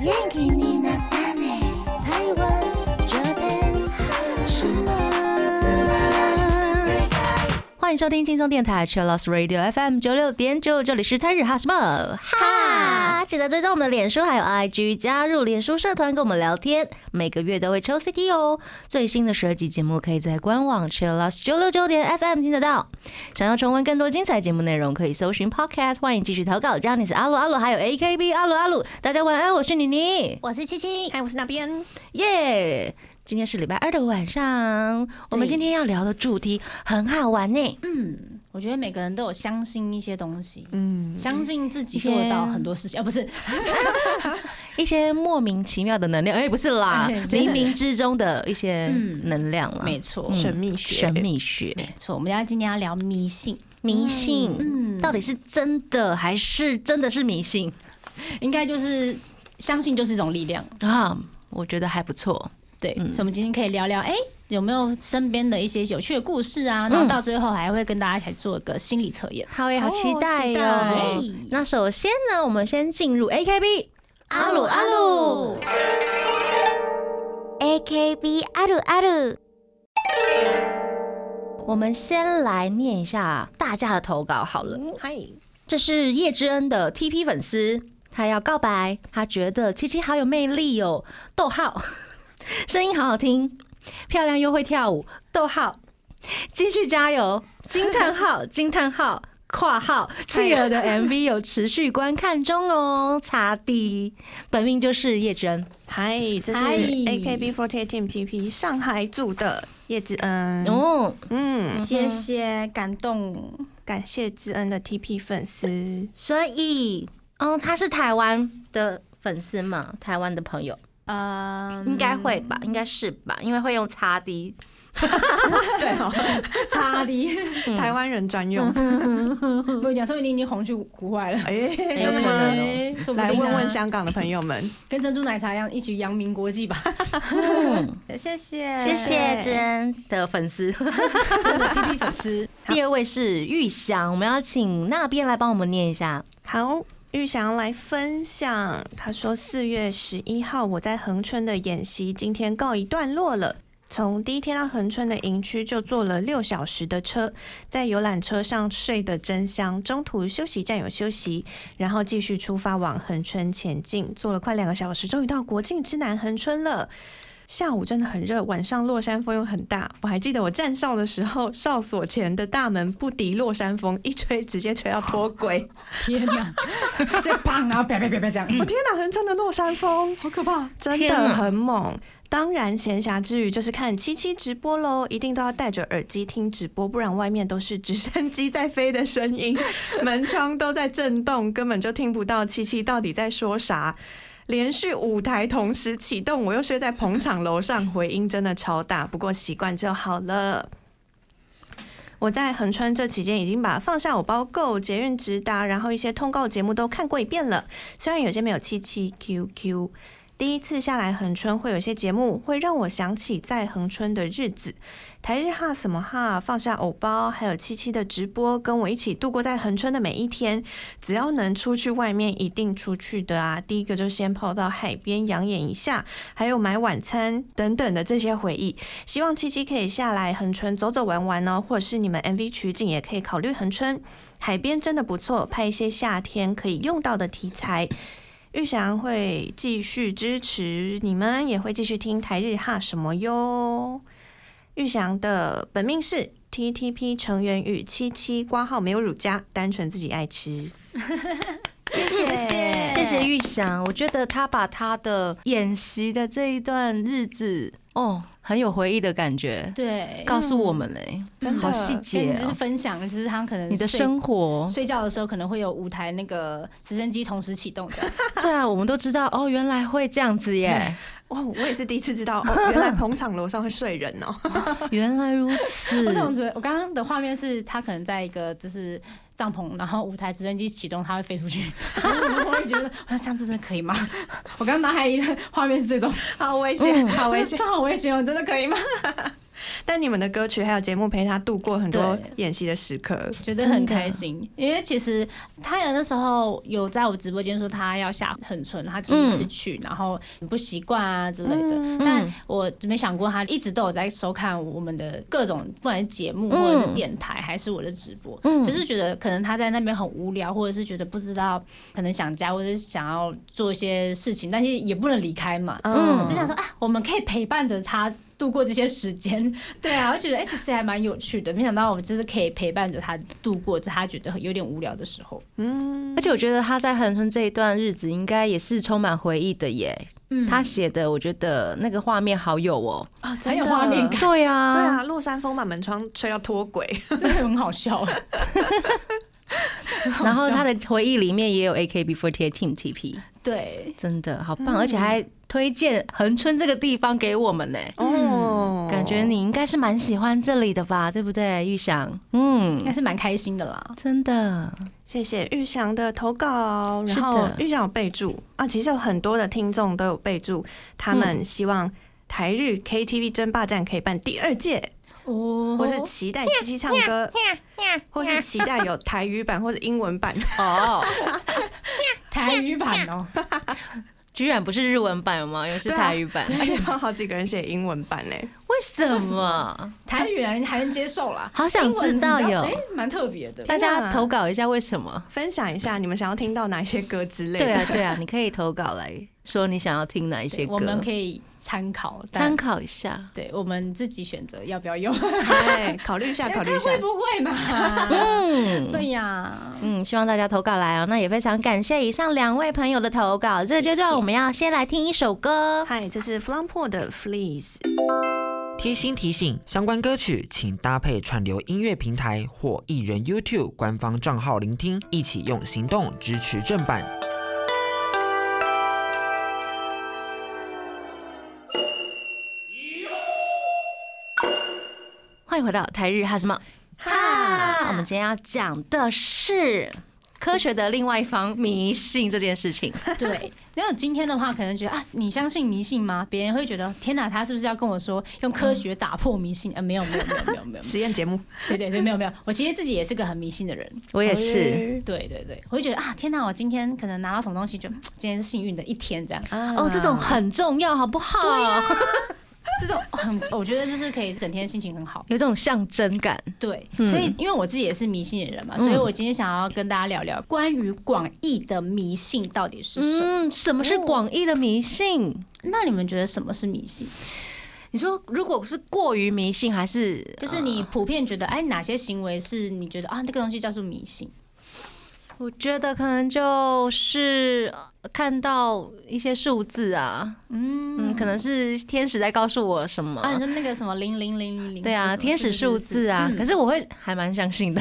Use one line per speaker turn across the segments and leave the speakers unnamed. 元気になったね台湾这边什么素晴らしい
欢迎收听轻松电台 c h i l l o s Radio FM 九六点九，这里是台日哈什么哈，记得追踪我们的脸书还有 IG，加入脸书社团跟我们聊天，每个月都会抽 CD 哦。最新的十二集节目可以在官网 c h i l l o s 九六九点 FM 听得到。想要重温更多精彩节目内容，可以搜寻 Podcast，欢迎继续投稿。这样你是阿鲁阿鲁，还有 AKB 阿鲁阿鲁，大家晚安，我是妮妮。
我是七七，哎，我是那边。
耶今天是礼拜二的晚上，我们
对
今天要聊的主题很好玩呢。
嗯，我觉得每个人都有相信一些东西，
嗯，
相信自己
一些
做得到很多事情，啊，不是，
一些莫名其妙的能量，哎、不是啦，
哎真
冥
的
冥之中的一些
嗯
能量啦，
没错，
嗯
神秘学，
神秘学、
没错。我们家今天要聊迷信，
迷信，
嗯
到底是真的还是真的是迷信
应该就是相信就是一种力量，
啊？我觉得还不错，
对。所以我们今天可以聊聊，哎，有没有身边的一些有趣的故事啊？然后到最后还会跟大家一起做一个心理测验。
好耶，好
哦
期待
期
哟、
待
哎
那首先呢，我们先进入 AKB，
阿鲁阿鲁 AKB あるある
我们先来念一下大家的投稿好了。
嗯嗨，
这是叶之恩的 TP 粉丝，他要告白，他觉得七七好有魅力哦，逗号， 声音好好听，漂亮又会跳舞，逗号，继续加油，惊叹号， 惊叹号。括号，企鹅
哎
的 MV 有持续观看中哦，擦地，本命就是叶之恩，
嗨，这是
嗨
AKB48 Team TP 上海组的叶之恩。
哦，
嗯，
谢谢，感动。
感谢之恩的 TP 粉丝。
所以，哦，他是台湾的粉丝嘛，台湾的朋友
呃，
应该会
嗯
吧，应该是吧，因为会用擦 地，
对哦，
差 的，
嗯
台湾人专用。
我跟你讲，说明你已经红去国外了。
哎，
有
真
可
的
能哦
吗？
哎说不定啊
来问问香港的朋友们，
跟珍珠奶茶一样，一起扬名国际吧。谢谢，
谢谢知恩的粉丝。
真的 P P 粉 丝。
第二位是玉祥，我们要请那边来帮我们念一下。
好。玉祥来分享，他说四月十一号我在恒春的演习今天告一段落了。从第一天到恒春的营区就坐了六小时的车，在游览车上睡得真香，中途休息站有休息，然后继续出发往恒春前进，坐了快两个小时，终于到国境之南恒春了。下午真的很热，晚上落山风又很大。我还记得我站哨的时候，哨所前的大门不敌落山风，一吹直接吹到脱轨。
天 哪，最棒啊！啪啪啪啪这样，
我哦天哪，恒春的落山风
好可怕！
真
天
的
哪
很猛。当然，闲暇之余就是看七七直播喽，一定都要戴着耳机听直播，不然外面都是直升机在飞的 声音，门窗都在震动，根本就听不到七七到底在说啥。连续五台同时启动，我又睡在捧场楼上，回音真的超大，不过习惯就好了。我在横川这期间已经把《放下我包购》、《捷运直达》，然后一些通告节目都看过一遍了，虽然有些没有七七 QQ。第一次下来恒春，会有一些节目会让我想起在恒春的日子，台日哈什么哈，放下偶包，还有七七的直播，跟我一起度过在恒春的每一天。只要能出去外面，一定出去的啊！第一个就先跑到海边养眼一下，还有买晚餐等等的这些回忆。希望七七可以下来恒春走走玩玩哦，或者是你们 MV 取景也可以考虑恒春，海边真的不错，拍一些夏天可以用到的题材。玉祥会继续支持你们，也会继续听台日哈什么哟。玉祥的本命是 TTP 成员与七七挂号没有乳加，单纯自己爱吃。谢谢
谢谢玉祥，我觉得他把他的演习的这一段日子，哦，很有回忆的感觉，
对，
告诉我们嘞、
真的
好细节
跟就是
哦，
分享，就是他可能
你的
睡
生 活。
睡觉的时候可能会有五台那个直升机同时启动的，
对啊，我们都知道哦，原来会这样子耶，
哇，哦我也是第一次知道， 哦、原来捧场楼上会睡人哦。
原来如此
我。总觉得我刚刚的画面是他可能在一个就是帐篷，然后五台直升机启动，他会飞出去。 我会觉得，我说这样子真的可 以吗？我刚刚脑海里的画面是这种，
好危险，好危险！
哦正好我也形容，真的可以吗？
但你们的歌曲还有节目陪他度过很多
对
演戏的时刻。
觉得很开心，因为其实他有那时候有在我直播间说他要下横村，他第一次去，然后很不习惯啊之类的。但我没想过他一直都有在收看我们的各种，不管是节目
嗯
或者是电台，还是我的直播，就是觉得可能他在那边很无聊，或者是觉得不知道，可能想家或者是想要做一些事情，但是也不能离开嘛，
嗯
哦
就想说啊，我们可以陪伴着他度过这些时间。对啊，我觉得哎、其实还蛮有趣的。没想到我们就是可以陪伴着他度过这他觉得有点无聊的时候。
而且我觉得他在恒春这一段日子应该也是充满回忆的耶。
嗯
他写的，我觉得那个画面好有哦。
啊，
很有画 面
对
感
对
啊，
啊，落山风把门窗吹到脱轨，
真的很好笑。
然后他的回忆里面也有 AKB48 Team TP，
对，
真的好棒，而且还推荐恒春这个地方给我们呢。
哦，
感觉你应该是蛮喜欢这里的吧，对不对，玉祥？
应
嗯
该，是蛮开心的啦。
真的，
谢谢玉祥的投稿，
是
然
的
后玉祥有备注啊，其实有很多的听众都有备注，他们希望台日 KTV 争霸战可以办第二届，
哦
或是期待七七唱 歌，或是期待有台语版或者英文 版。
哦，
台语版哦，
居然不是日文版吗？又是
对啊
台语版，
而且有好几个人写英文版呢、
为什么？
台语人还能接受啦。
好想知道
英文你
有
知，哎，蛮特别的。
大
天
家
哪
投稿一下为什么？
分享一下你们想要听到哪些歌之类的。
对啊，对啊，你可以投稿来说你想要听哪一些歌，
我们可以参考，
参
但
考一下。
对我们自己选择要不要用，
哎，考虑 一下，考虑一
看
下
会。不会嘛？
嗯
对呀，
嗯，希望大家投稿来哦。那也非常感谢以上两位朋友的投稿。这个阶段我们要先来听一首歌。
嗨，这是 Flampo 的 Fleas。
贴心提醒：相关歌曲请搭配串流音乐平台或艺人 YouTube 官方账号聆听，一起用行动支持正版。
欢迎回到台日哈什么哈？我们今天要讲的是科学的另外一方迷信这件事情。
对，那今天的话，可能觉得啊，你相信迷信吗？别人会觉得天哪，他是不是要跟我说用科学打破迷信？啊，没有没有没有没有没 有，
实验节目，
对对对，没有没有。我其实自己也是个很迷信的人，
我也是。
对对对，我会觉得啊，天哪，我今天可能拿到什么东西，就嗯今天是幸运的一天这样。
哎
哦，这种很重要，好不好？啊
这种很，我觉得就是可以整天心情很好。
有这种象征感。
对，
嗯
所以因为我自己也是迷信的人嘛，所以我今天想要跟大家聊聊关于广义的迷信到底是什么。
嗯，什么是广义的迷信？
那你们觉得什么是迷信？
你说，如果是过于迷信，还是
就是你普遍觉得，哎，哪些行为是你觉得啊，这个东西叫做迷信？
呃我觉得可能就是呃看到一些数字啊，嗯可能是天使在告诉我什么。
啊，你说那个什么零零零零零？
对
什
啊，
么
天使数字啊，可是我会还蛮相信的，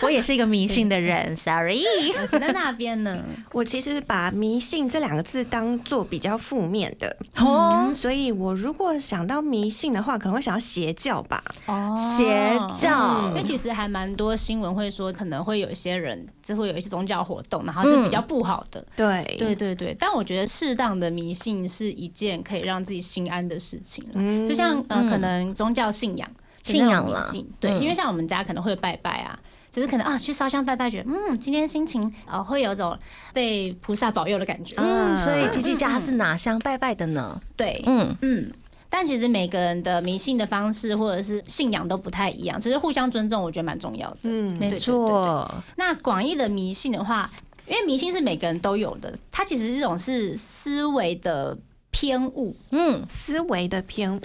我也是一个迷信的人，sorry。
我是在那 边呢。
我其实把迷信这两个字当做比较负面的，
哦，
所以我如果想到迷信的话，可能会想到邪教吧。
哦
邪
嗯因
教
为，其实还蛮多新闻会说，可能会有一些人就会有一些宗教活动，然后
嗯
是比较不好的。
对
对，对对，但我觉得适当的迷信是一件可以让自己心安的事情啦
嗯
就像呃，
嗯
可能宗教信仰的那种
信仰
迷
啦
信对，
嗯
因为像我们家可能会拜拜啊。就是可能啊，去烧香拜拜，觉得嗯，今天心情呃会有种被菩萨保佑的感觉，
嗯，所以吉吉家是哪香拜拜的呢？
对，
嗯，
嗯。但其实每个人的迷信的方式或者是信仰都不太一样，只是互相尊重，我觉得蛮重要的。
嗯，
没
对对
错，
那广义的迷信的话，因为迷信是每个人都有的，它其实这种是思维的偏误。
嗯，
思维的偏误，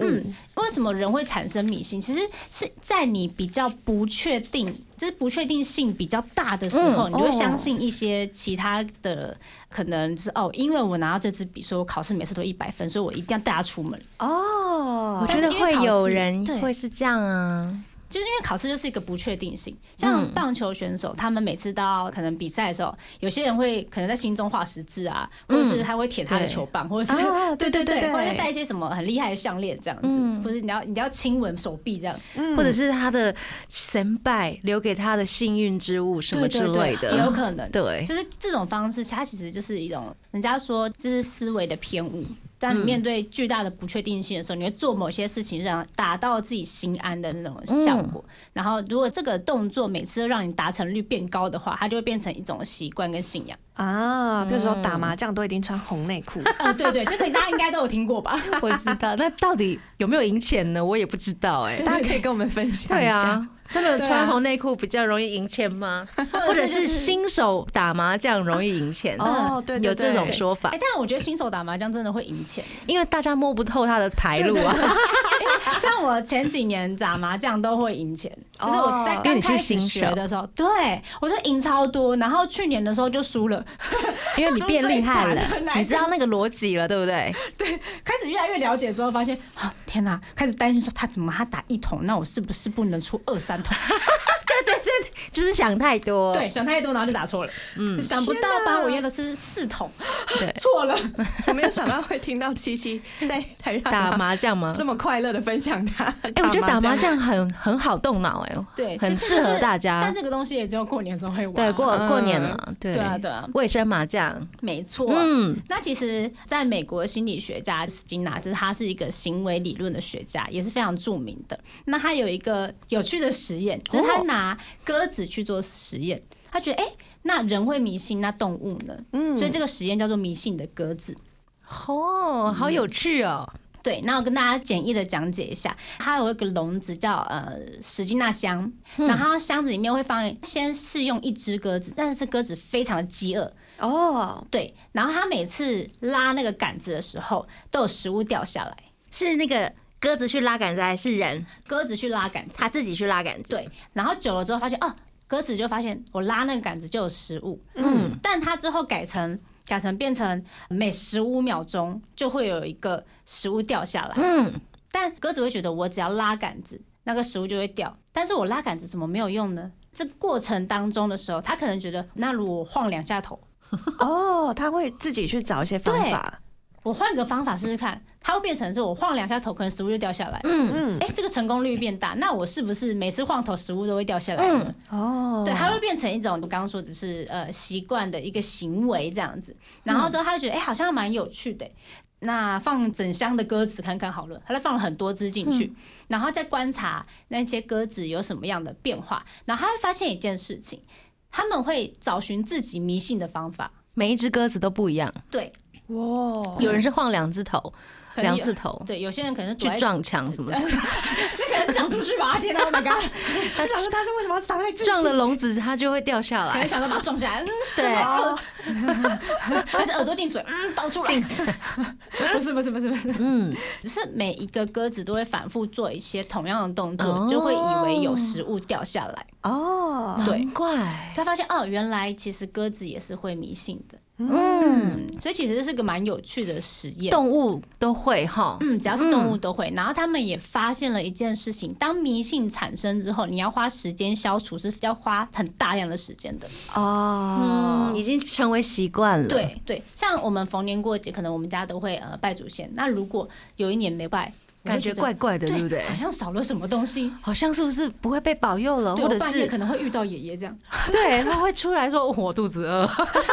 为什么人会产生迷信？其实是在你比较不确定，就是不确定性比较大的时候，
嗯
你会
哦
相信一些其他的可能是哦，因为我拿到这支笔，所以我考试每次都一百分，所以我一定要带它出门。
哦
我觉
但
得
是因
会
为考试
有人
对
会是这样啊，
就是因为考试就是一个不确定性，像棒球选手，他们每次到可能比赛的时候，有些人会可能在心中画十字啊，或者是他会舔他的球棒，或者是
啊对对对
对，
对
或者是戴一些什么很厉害的项链这样子，或者你要你要亲吻手臂这样，
或者是他的神拜留给他的幸运之物什么
对
之
对
类
对也有
的，
可能。
对，
就是这种方式，它其实就是一种人家说这是思维的偏误，当
嗯
你面对巨大的不确定性的时候，你会做某些事情让达到自己心安的那
嗯
种效果。然后，如果这个动作每次都让你达成率变高的话，它就会变成一种习惯跟信仰。
啊，比如说打麻将都一定穿红内裤，
啊，对对，这个大家应该都有听过 吧？
我知道，那到底有没有赢钱呢？我也不知道哎、
大家可以跟我们分享
对
一下。
啊，真的
对啊
穿红内裤比较容易赢钱 吗？或者是新手打麻将容易赢钱？
哦，对对
有
对，
这种说法
哎、，但我觉得新手打麻将真的会赢钱。
因为大家摸不透他的牌路啊。
哎像我前几年打麻将都会赢钱，
哦
就是我在
因为
刚
你是
开始
新手
学的时候，对我就赢超多，然后去年的时候就输了，
因为你变厉害了
说最惨的，
你知道那个逻辑了，对不对？
开始越来越了解之后，发现啊天哪，开始担心说他怎么他打一桶，那我是不是不能出二三桶？
就是想太多。
对，想太多，然后就打错了。嗯，想不到吧？我要的是四桶，
对
错了。
我没有想到会听到七七 在台上
打麻将吗？
这么快乐的分享他。哎
哎、我觉得打麻将很很好动脑，哎，
对，
很
其实
适
就
合
是
大家
但。这个东西也只有过年的时候会玩。
对，过过年了，嗯对
对啊对啊，
卫生麻将，
没错。
嗯，
那其实，在美国心理学家斯金纳，就是他是一个行为理论的学家，也是非常著名的。那他有一个有趣的实验，只是他拿鸽子去做实验，他觉得，哎、那人会迷信，那动物呢？
嗯
所以这个实验叫做迷信的鸽子。
哦，好有趣哦，
对，那我跟大家简易的讲解一下，它有一个笼子叫呃史金纳箱，然后箱子里面会放先试用一只鸽子，但是这鸽子非常的饥饿，
哦，
对，然后它每次拉那个杆子的时候都有食物掉下来，
是那个鸽子去拉杆子还是人
鸽子去拉杆子，
他自己去拉杆子？
对，然后久了之后发现哦，鸽子就发现我拉那个杆子就有食物，嗯，但它之后改成。改成变成每十五秒钟就会有一个食物掉下来，
嗯，
但鸽子会觉得我只要拉杆子，那个食物就会掉。但是我拉杆子怎么没有用呢？这过程当中的时候，它可能觉得，那如果我晃两下头，
哦，他会自己去找一些方法。
我换个方法试试看，它会变成是我晃两下头，可能食物就掉下来。
嗯，
哎、这个成功率变大，那我是不是每次晃头食物都会掉下来呢？
哦，
嗯
对，它会变成一种我刚刚说只是呃习惯的一个行为这样子，然
嗯
后之后他就觉得哎、诶好像蛮有趣的、那放整箱的鸽子看看好了，他就放了很多只进去，
嗯
然后再观察那些鸽子有什么样的变化，然后他就发现一件事情，他们会找寻自己迷信的方法，
每一只鸽子都不一样，
对，
哇，
有人是晃两只头，
哦可能
两
有
次头
对，有些人可能是躲
去
在，
撞墙什么的，
那可能是 想出去吧，天哪，Oh my god，
他想说他是为什么要伤害自己？
撞了笼子它就会掉下
可能
来。
想说把它撞下来，嗯，
对，
哦，
还是耳朵进水，嗯，倒出来， 不是不是不是不是，
嗯，
只是每一个鸽子都会反复做一些同样的动
哦
作，就会以为有食物掉下来。
哦，
对
难怪，
他发现哦，原来其实鸽子也是会迷信的，
嗯，
所以其实这是个蛮有趣的实验。
动物都会哈，
嗯，只要是动物都会。然后他们也发现了一件事情：当迷信产生之后，你要花时间消除，是要花很大量的时间的。
哦
嗯，，已经成为习惯了。，
哦对对，像我们逢年过节，可能我们家都会呃拜祖先。那如果有一年没拜，我会
感觉怪怪的，
得哎
对不对？
好像少了什么东西，
好像是不是不会被保佑了，
对
哦或
我
者
半夜可
是
能会遇到爷爷 这样。
对他会出来说我肚子 饿，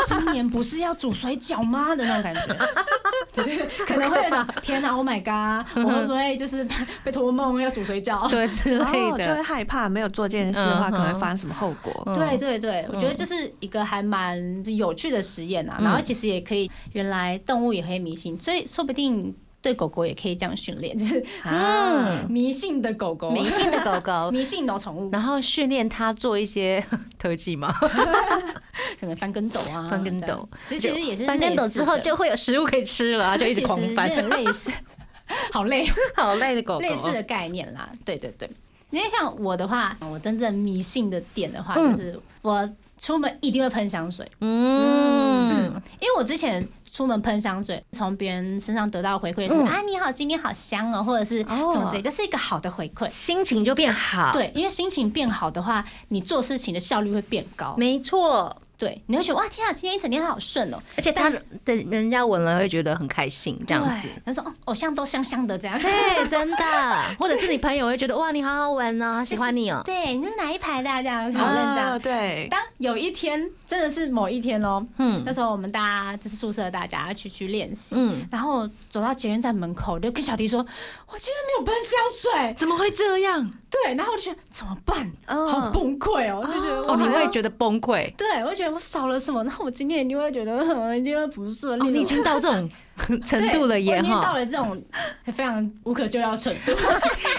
今年不是要煮水饺吗的那种感觉， 就是可能会有一种天哪、o h my god，我会不会就是被被托梦要煮水饺？
对之类
哦，就会
的。
害怕没有做这件事的话，
嗯
可能会发生什么后果？
对对对，我觉得这是一个还蛮有趣的实验
嗯
啊。然后其实也可以，原来动物也会迷信，所以说不定对狗狗也可以这样训练，就是
啊，
迷信的狗狗，
迷信的狗狗，
迷信的宠物，
然后训练它做一些 特技嘛，
可能翻跟斗啊，
翻跟斗，
这样，其实其实也是
翻跟斗
类似
之后
的
就会有食物可以吃了，它就一直狂翻
其，实这很类似， 好累哦。
好累的狗哦嗯
类似
狗
的。概念啦。对对对，因为像我的话，我真正迷信的点的话，就是我出门一定会喷香水，
嗯，
因为我之前出门喷香水，从别人身上得到的回馈是、
嗯
啊你好，今天好香哦，或者是
哦
什么之类，就是一个好的回馈。
心情就变好。，
对，因为心情变好的话，你做事情的效率会变高。
没错，
对，你会觉得哇天啊，今天一整天好顺哦、
而且他的人家闻了会觉得很开心，这样子
对。，他说哦，偶像都香香的 这样。
对，真的， 或者是你朋友会觉得哇，你好好闻哦， 喜欢你哦。
对，你是哪一排的、啊？这样讨论这 样
啊，。对，
当有一天真的是某一天哦，
嗯
那时候我们大家就是宿舍大家去去练习，
嗯，
然后走到捷运站门口，我就跟小迪说：“我今天没有喷香水。
怎么会这样？”
对，然后我就觉得怎么办？
嗯
好崩溃哦，我就觉得
哦，你会觉得崩溃。
对，我就觉得我少了什么，那我今天一定会觉得嗯一定会不顺
哦，
利。
你已经到这 种程
对
度了耶
我已经
哈！
到了这种哎非常无可救药的 程度，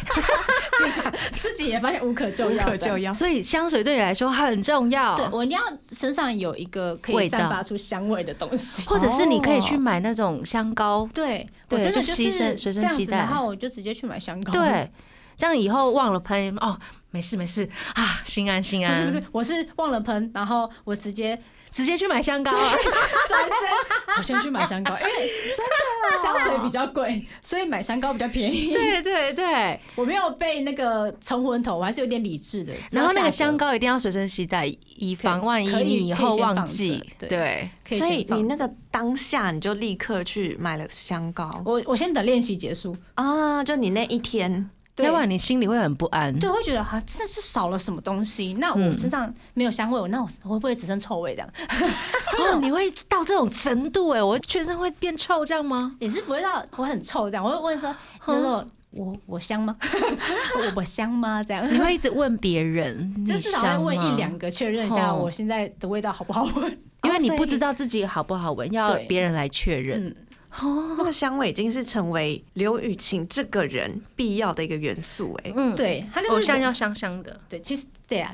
自己自己也发现无可救
无
药，
可救。药。
所以香水对你来说很重要，
对，我一定要身上有一个可
味
以
道
散发出香味的东西。
或者是你可以去买那种香膏，
对，我
哦对
真的
就
就是
牺牲随
这
身
样
携
子，
带
然后我就直接去买香膏。
对，这样以后忘了喷哦，没事没事啊，心安心
不
安，
是不是，我是忘了喷，然后我直接
直接去买香膏啊？
转身，我先去买香膏，因为真的香水比较贵，所以买香膏比较便宜。
啊 对对对，
我没有被那个冲昏头，我还是有点理智的。知道
然后那个
价格
香膏一定要随身携带，以防
对
万一
可以
你以
可以
后
先
忘
放着
记。
对
对，
可以
所
先
以
放
你那个当下你就立刻去买了香膏
我我先等练习结束，
哦
啊，就你那一天，
对
要不然你心里会很不安。
对，会觉得好像真的是少了什么东西。那我身上没有香味，我那我我会不会只剩臭味这样？
哦，你会到这种程度哎，我全身会变臭这样吗？
也是不会到我很臭这样。我会问说，就是说我我香 吗？我我香吗？这样。
你会一直问别 人，
就
你
至少
香
会问
吗
一两个，确认一下
哦
我现在的味道好不好闻。
因为你
所以
不知道自己好不好闻，要
对
别人来确认。
嗯，
那个香味已经是成为刘雨晴这个人必要的一个元素、哎，
嗯，，
对，他就是
偶像要香香的。
对，其实对啊，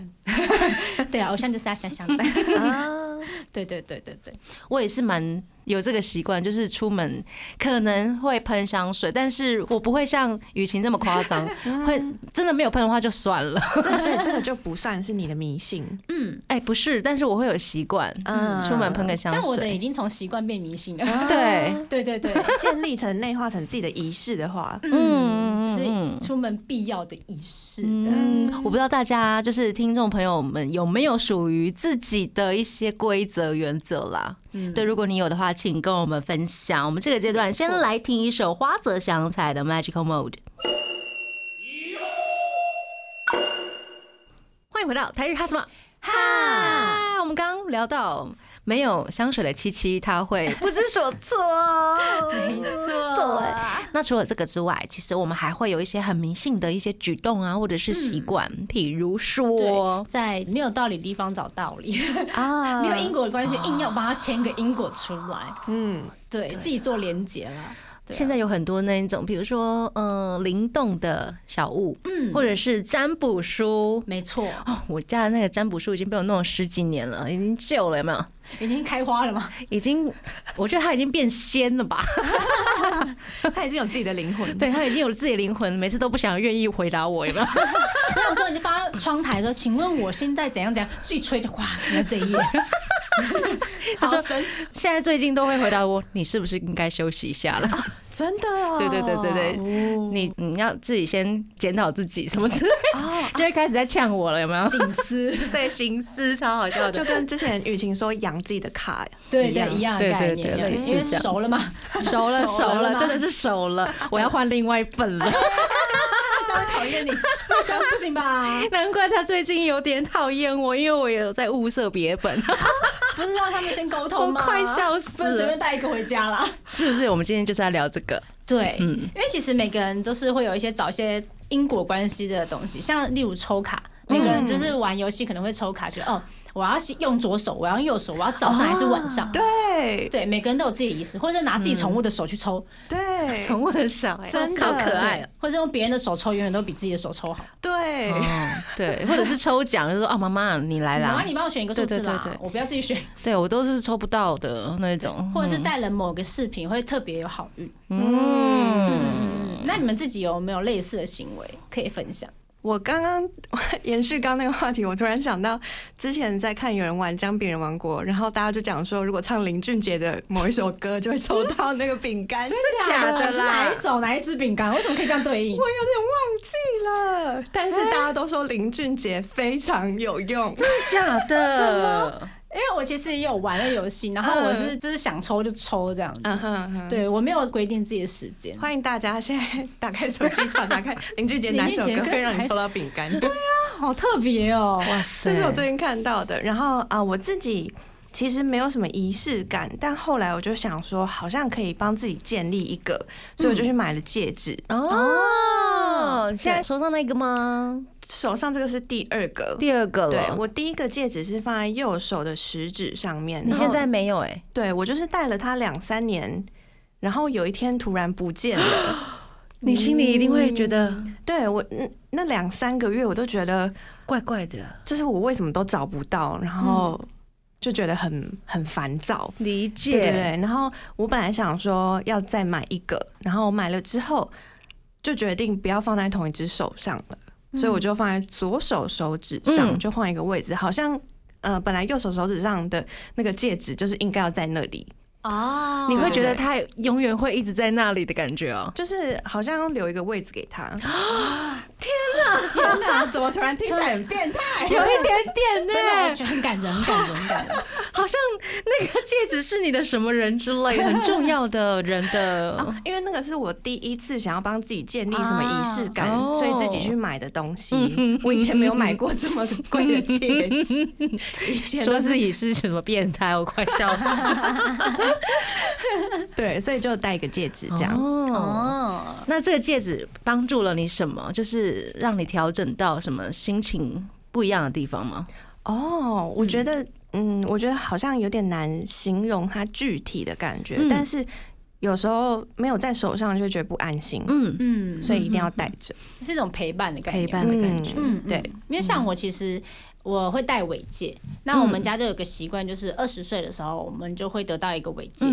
对啊，偶像就是要香香 的。
啊
对对对对对，
我也是蛮有这个习惯，就是出门可能会喷香水，但是我不会像雨晴这么夸 张，会真的没有喷的话就算了。
这所以这个就不算是你的迷信，
哎，不是，但是我会有习惯，
嗯
出门喷个香水。啊
但我的已经从习惯变迷信了。
对，
对 对对，
建立成内化成自己的仪式的话，
嗯
嗯，
嗯
就是出门必要的仪式这样子。
我不知道大家就是听众朋友们有没有属于自己的一些规则原则啦。
嗯
对，如果你有的话，请跟我们分享。我们这个阶段先来听一首花泽香菜的《Magical Mode》。欢迎回到台日哈什么哈？我们刚刚聊到没有香水的七七，他会不知所措。
没错，
对那除了这个之外，其实我们还会有一些很迷信的一些举动啊，或者是习惯，譬如说
嗯对，在没有道理的地方找道理，
嗯
啊
没有因果的关
啊
系，硬要把它牵个因果出来，
嗯，
对自己做连结啦。对啊
现在有很多那一种，比如说呃灵动的小物，
嗯
或者是占卜书。
没错，
哦，我家的那个占卜书已经被我弄了十几年了，已经旧了，有没有？
已经开花了吗？
已经， 我觉得它已经变仙了吧？
他已经有自己的灵魂，
对，它已经有了自己的灵魂，每次都不想愿意回答我， 有没有？
那有时候你就放在窗台说：“请问我现在怎样怎样？”一吹就哗，你看这一页，
就
好
说
神
现在最近都会回答我，你是不是应该休息一下了？
真的哦，
对对对对对，
哦
你你要自己先检讨自己什么之类的，
啊
哦
就会开始在呛我了，有没有？
醒思，
对，心思超好笑
就
的，
跟之前雨晴说养自己的卡
对
一
对
样，
一样的
对对
概
对
念，一样
类似
因为
这样
熟了嘛， 啊
熟了
熟了
熟了，
吗
真的是熟 了，我要换另外一本了。
他就会讨厌你，
这样不行吧？
难怪他最近有点讨厌我，因为我有在物色别本，
不是让他们先沟通吗？
我快笑死了
不能随便带一个回家啦。
是不是？我们今天就是要聊这个，
对，
嗯
因为其实每个人都是会有一些找一些因果关系的东西，像例如抽卡，每个人就是玩游戏可能会抽卡，觉得哦，我要是用左手，我要用右手，我要早上还是晚上？
对
对，每个人都有自己的仪式，或者拿自己宠物的手去抽，
对
宠物很少、哎，
真的
好可爱、
或者用别人的手抽，永远都比自己的手抽好。
对
哦。
嗯
对，或者是抽奖，就说啊，妈妈你来
然后
啦
你，帮我选一个数字
对对对
啦
对，
我不要自己选，
对我都是抽不到的那种，
或者是带了某个饰品会特别有好运。
嗯，
嗯，那你们自己有没有类似的行为可以分享？
我刚刚延续刚那个话题，我突然想到之前在看有人玩《将饼人王国》，然后大家就讲说，如果唱林俊杰的某一首歌，就 会抽到那个饼干，真
真
假的
是
啦
哪一手哪一支饼干？为什么可以这样对应？
有点忘
啊
记了。但是大家都说林俊杰非常有用，
假的，
因为我其实也有玩了游
嗯
戏，然后我是就是想抽就抽这样子，
嗯哼嗯哼，
对我没有规定自己的时间。
欢迎大家现在打开手机查查看林俊杰哪首
林俊
歌
杰
可以让你
还是
抽到饼干。
好特别哦、
哇塞
这是我最近看到的。然后啊、我自己其实没有什么仪式感，但后来我就想说，好像可以帮自己建立一个，所以
嗯
我就去买了戒指。
哦，现在手上那个吗？
手上这个是第二个。
第二个
对
了，
我第一个戒指是放在右手的食指上面，
你
然后
现在没有哎，
对我就是戴了它两三年，然后有一天突然不见 了。
你心里一定会觉得
对我嗯那两三个月我都觉得，
怪怪的。
就是我为什么都找不到，然后
嗯
就觉得很很烦躁。
理
对
解，
对对，然后我本来想说要再买一个，然后买了之后就决定不要放在同一只手上了，所以我就放在左手手指上，
嗯
就换一个位置，好像。呃，本来右手手指上的那个戒指就是应该要在那里，
哦
你会
对
觉得
对
它永远会一直在那里的感觉 哦。
就是好像要留一个位置给他。天哪， 天哪，怎么突然听起来很变态？
有一点点
真的，我
呢、
觉得很感人，很感人，很感人。
好像那个戒指是你的什么人之类的，很重要的人的。
哦
啊，因为那个是我第一次想要帮自己建立什么仪式感，
啊哦嗯
所以自己去买的东西。我以前没有买过这么贵 的戒指，以前
说
都
自
是
己是什么变态，我快笑死。
对，所以就戴一个戒指这样。
哦，
哦，
那这个戒指帮助了你什么？就是让你调整到什么心情不一样的地方吗？
哦，我觉得，嗯，我觉得好像有点难形容它具体的感觉，
嗯
但是有时候没有在手上就觉得不安心，
嗯，
嗯，
所以一定要戴着。
是一种陪伴的概念，
陪伴的感觉。
嗯，嗯
对，
因为像我其实我会戴尾戒，
嗯
那我们家就有个习惯，就是二十岁的时候我们就会得到一个尾戒。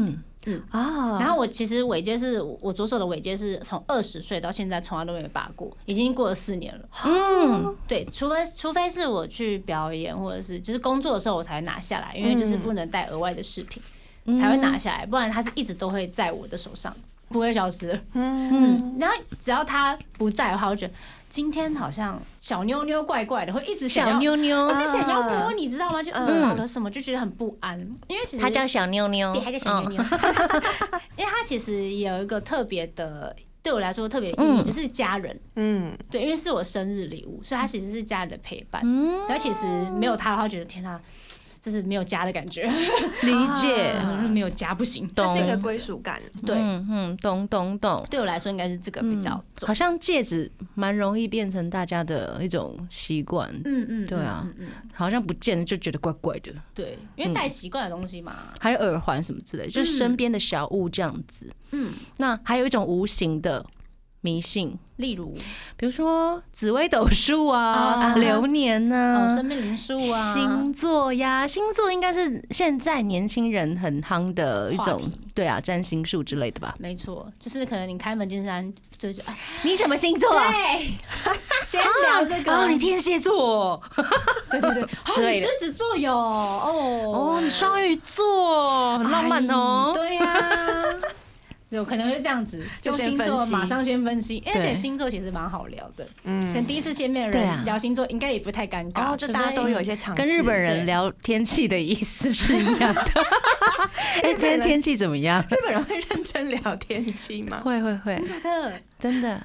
嗯，
啊
然后我其实尾戒是我左手的尾戒是从二十岁到现在从来都没有拔过，已经过了四年了。嗯，对，除非除非是我去表演或者是就是工作的时候我才会拿下来，因为就是
嗯
不能带额外的饰品、才会拿下来，不然它是一直都会在我的手上，不会消失的。嗯，然后只要它不在的话，我觉得今天好像小妞妞怪怪的，会一直想
小
要。
妞嗯妞嗯
我，之前要摸，你知道吗？就少了什么就觉得很不安，因为其实
她叫小妞妞，哦
对，还叫小妞妞， 因为它其实有一个特别的，对我来说特别的意义，
嗯
就是家人。
嗯，
对，因为是我生日礼物，所以它其实是家人的陪伴。
嗯
然后其实没有它的话，觉得天哪、就是没有家的感觉，
理解，
没有家不行。
它是一个
啊懂
归属感。
哦 对，
嗯嗯，懂懂懂。
对我来说应该是这个比较重
嗯好。像戒指蛮容易变成大家的一种习惯，
嗯嗯，
对啊嗯
嗯，嗯嗯
好像不见了就觉得怪怪的。
对，因为戴习惯的东西嘛，
还有耳环什么之类，就是身边的小物这样子。
嗯，
那还有一种无形的迷信，
例如
比如说紫微斗数啊、
啊
流年呐、
哦，生命灵数啊，
嗯星座呀，星座应该是现在年轻人很夯的一
话
种
题，
对啊，占星术之类的吧？
没错，就是可能你开门见山就是哎
你什么星座啊？
对， 先聊啊这个。
哦，你天蝎座，
对对对，
之
哦，
类
你
的
狮子座有哦，
哦，你双鱼座，很浪漫哦
哎。对呀、有可能会这样子，
就
就
先
星座
分析
马上先分析，哎而
对
且星座其实蛮好聊的，可
嗯
能，第一次见面的
对啊
人聊星座应该也不太尴
然
尬，
后哦就大家都有一些尝试，
跟日本人
对
聊天气的意思是一样 的。哎，今天天气怎么样？
日本人会认真聊天气吗？
会会会，
除非。对
真的。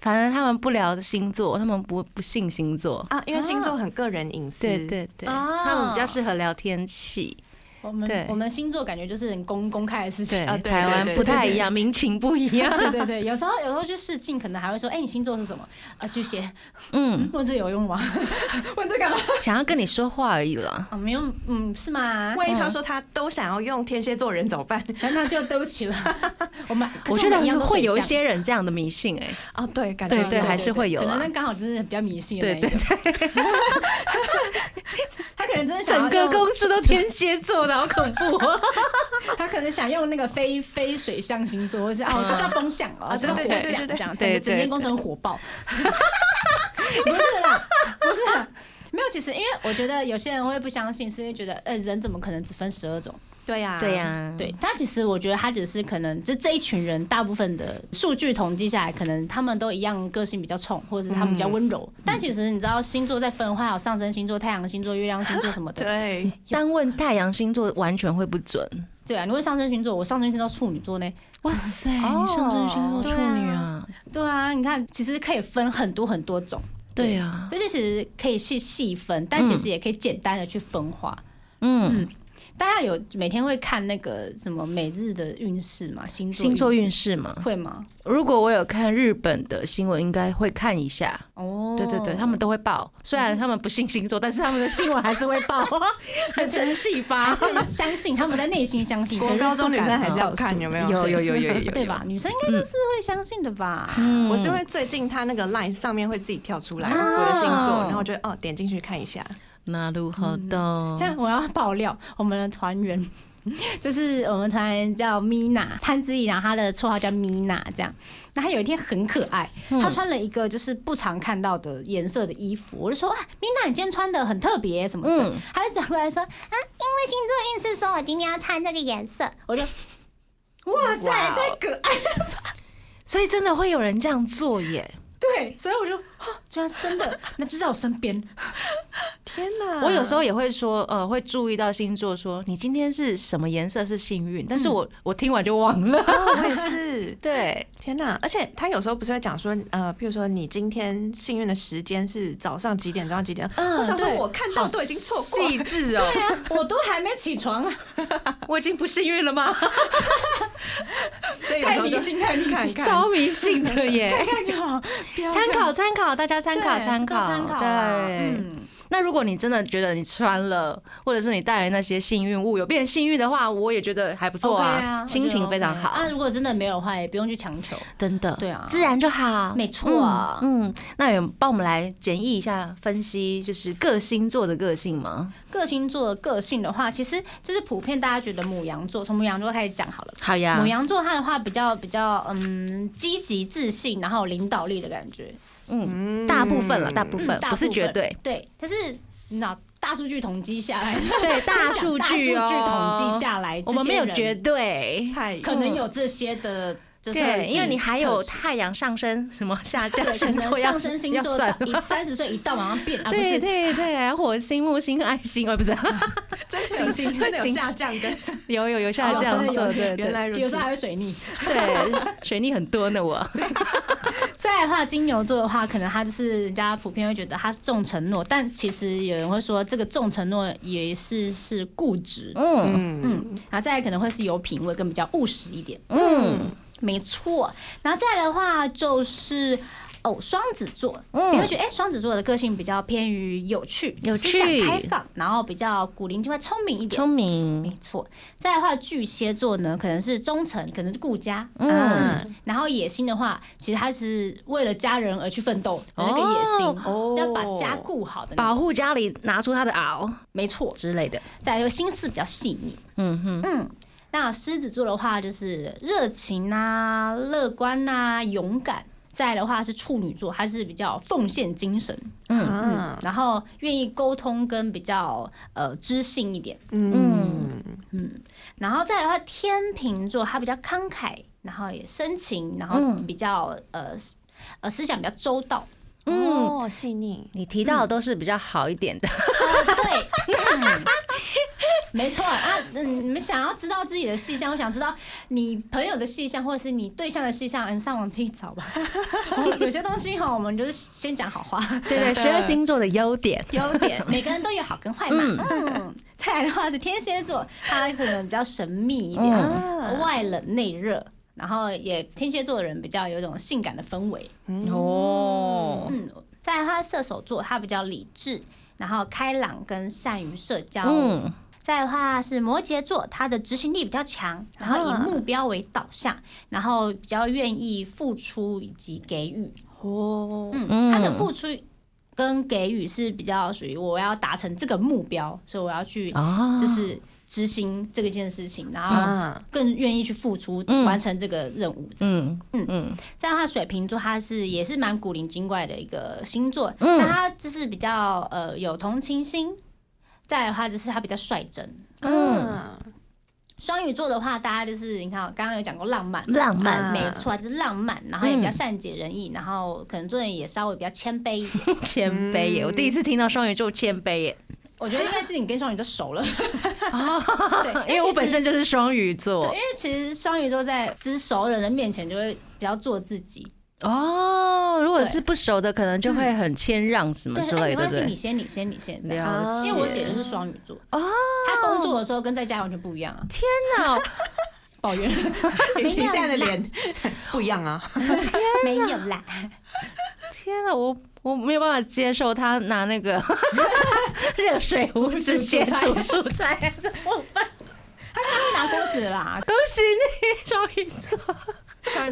反正他们不聊星座，他们不不信星座。
啊，因为星座很个人隐私，
对对对，
哦
他们比较适合聊天气。
我
对
们我们星座感觉就是很公公开的事情
对，，
啊对
台
对
湾
对
不太一样，民情不一 样。
对对对，有时候有时候去试镜，可能还会说，哎，你星座是什么？啊，巨蟹，
嗯，
问这有用吗？问这干嘛？
想要跟你说话而已啦。
啊，没用，嗯，是吗？
万一他说他都想要用天蝎座人怎么办？
那那就对不 起了，我们可是
我觉
们一样
得
都
会有一
水象
些人这样的迷信 哎、
哦，对，感觉
对
有
对，还是会有
可能
啦
那。刚好就是比较迷信的那
对
一
对
个，
对，
他可能真的想
整
要
个
用
公司都天蝎 座的，好恐怖哦。
他可能想用那个非非水象星座，或是啊，我就是要风象哦，
啊
就
对
是要火
对对
象
对对
这样，整
对对
个整间公司很火爆。 不是啦，不是啦，没有。其实因为我觉得有些人会不相信，是因为觉得呃，人怎么可能只分十二种？
对呀、
啊对、呀，
对，但其实我觉得他只是可能，这这一群人大部分的数据统计下来，可能他们都一样，个性比较冲，或者是他们
嗯
比较温柔。但其实你知道，星座在分化，有上升星座、太阳星座、月亮星座什 么的。
对，
单问太阳星座完全会不准。
对啊，你问上升星座，我上升星座处女座呢。
哇塞，
哦
你上升星座处女啊，
对啊，你看，其实可以分很多很多种，
对啊，
而且其实可以去细分，但其实也可以简单的去分化。
嗯，
大家有每天会看那个什么每日的运势嘛？星座
星座运
势
势嘛。
会吗？
如果我有看日本的新闻，应该会看一下。
哦，
对对对，他们都会报，虽然他们不信星座，但是他们的新闻还是会报， 很神奇吧？
还是相信他们在内心相信，可
国
是
高中
不
女
敢
生还是要看
告诉
有没有？
哦有有有有有
对吧？女生应该都是会相信的吧？
嗯
我是会最近他那个 line 上面会自己跳出来我的星座，然后我就哦点进去看一下。
那如何的？
像我要爆料，我们的团员 就是我们团员叫 Mina 潘之怡，然后啊她的绰号叫 Mina 这样。那她有一天很可爱，
嗯
她穿了一个就是不常看到的颜色的衣服，我就说啊，Mina 你今天穿的很特别什么的
嗯，
她就转过来说啊，因为星座运势说我今天要穿这个颜色，我就哇塞，
哇哦
太可爱了吧！
所以真的会有人这样做耶！
对，所以我就啊，居然是真的，那就在我身边。
天哪！
我有 时候也会说，呃，会注意到星座说你今天是什么颜色是幸运，但是我我听完就忘了。
哦，我也是。
嗯 对，
天哪！而且他有时候不是会讲说，呃，譬如说你今天幸运的时间是早上几点，早上几点？
嗯
我想说，
对
我看到都已经错过了
细致哦，
对啊， 我都还没起床啊，
哎我已经不幸运了吗？
所以有
太
时候
迷
就
信，太迷
看
信
一，看
超迷信的 耶！
看就好，不要
参
这样
考参考，大家参考
对
参
这
考
都参考啊
对，
嗯
那如果你真的觉得你穿了，或者是你带来那些幸运物有变幸运的话，我也觉得还不错
OK
啊，
我觉
心
得
情非常
OK
好，
啊，如果真的没有的话，也不用去强求。
真的。
对啊，
自然就好，
没错啊
嗯。嗯，那有人帮我们来简易一下分析，就是各星座的个性吗？
各星座的个性的话，其实就是普遍大家觉得母羊座，从母羊座开始讲好了。
好呀
母羊座它的话比较比较嗯积极自信，然后有领导力的感觉，
嗯，大部分了，大部分
嗯大
不是
部
绝
分
对，
对。但是你知道大数据统 计下来，
对大
讲
数
大
据
数据统计
哦
下来，
我们没有
这些
绝
人
对。
太
可能有这些的，就是
对，因为你还有
特质
太阳上升什么下降
对可
星
能
座要
上升星
要
座
算
到一三十岁一到往上变啊，不
对
是
对对，火星、木星、爱心，哦，不是，
真
星
的
星
有真的有
星
下降跟
有有有下
哦
降
真的
色，
有
对
原
对
来如
有时
此
候。还会水逆。
对，水逆很多呢，我
再来的话，金牛座的话，可能他就是人家普遍会觉得他重承诺，但其实有人会说这个重承诺也是是固执，
嗯
嗯，
嗯，然后再来可能会是有品味，跟比较务实一点，
嗯
没错。然后再来的话就是。哦，双子座，
嗯
你会觉得哎，双、子座的个性比较偏于有趣、
有
思想
趣
开放，然后比较古灵精怪、聪明一点。
聪明
没错，再来的话，巨蟹座呢，可能是忠诚，可能是顾家，
嗯
嗯，然后野心的话，其实他是为了家人而去奋斗的那个野心，
哦
要把家顾好的那个
保护家里，拿出他的袄
没错。
之类的，
再来就心思比较细腻，
嗯哼，
嗯。那狮子座的话就是热情啊、乐观啊、勇敢。再来的话是处女座，它是比较奉献精神，嗯
嗯，
然后愿意沟通跟比较呃知性一点。
嗯，
然后再来的话，天秤座他比较慷慨，然后也深情，然后比较、呃呃思想比较周到。
嗯
哦，细腻，
你提到的都是比较好一点的，
啊，对，嗯、没错啊。嗯，你们想要知道自己的细项，我想知道你朋友的细项，或者是你对象的细项，嗯你上网自己找吧。有些东西哈，我们就是先讲好话，
对对，十二星座的优点，
优点
每个人都有好跟坏嘛。嗯，再来的话是天蝎座，他可能比较神秘一点。
嗯
啊，
外冷内热，然后也天蝎座的人比较有一种性感的氛围。
嗯
嗯哦，
嗯，再来他射手座，他比较理智，然后开朗跟善于社交。
嗯，
再来的话是摩羯座，他的执行力比较强，然后以目标为导向，然后比较愿意付出以及给予。
哦，
嗯，他的付出。跟给予是比较属于我要达成这个目标，所以我要去
啊
就是执行这个件事情，然后
啊，
更愿意去付出完成这个任务。
嗯
嗯
嗯
这样的话，水瓶座它是也是蛮古灵精怪的一个星座，那它就是比较呃有同情心。再来的话就是它比较率真，
嗯，
双鱼座的话，大家就是你看，刚刚有讲过浪漫，
浪漫
啊
嗯
没错，就是浪漫，然后也比较
嗯
善解人意，然后可能做人也稍微比较谦卑一点。
谦卑耶！我第一次听到双鱼座谦卑耶，
我觉得应该是你跟双鱼座熟了， 对，
哦 因为我本身就是双鱼
对，因
座
为其实双鱼座在就是熟人的面前就会比较做自己，
哦。如果
对
是不熟的，可能就会很谦让什么
对，
之
哎
类
没
的，
关系，
嗯对
你
不
先，你先，你先这
对？
样。
了解。
因为我姐就是双鱼座，
哦，
她工作的时候跟在家完全不 一样啊，
天哪，
抱怨
你现在的脸 不一样啊，
没有啦，
天哪，我我没有办法接受他拿那 个热水壶直接煮蔬菜，
拿锅子啦，
恭喜你，双鱼座。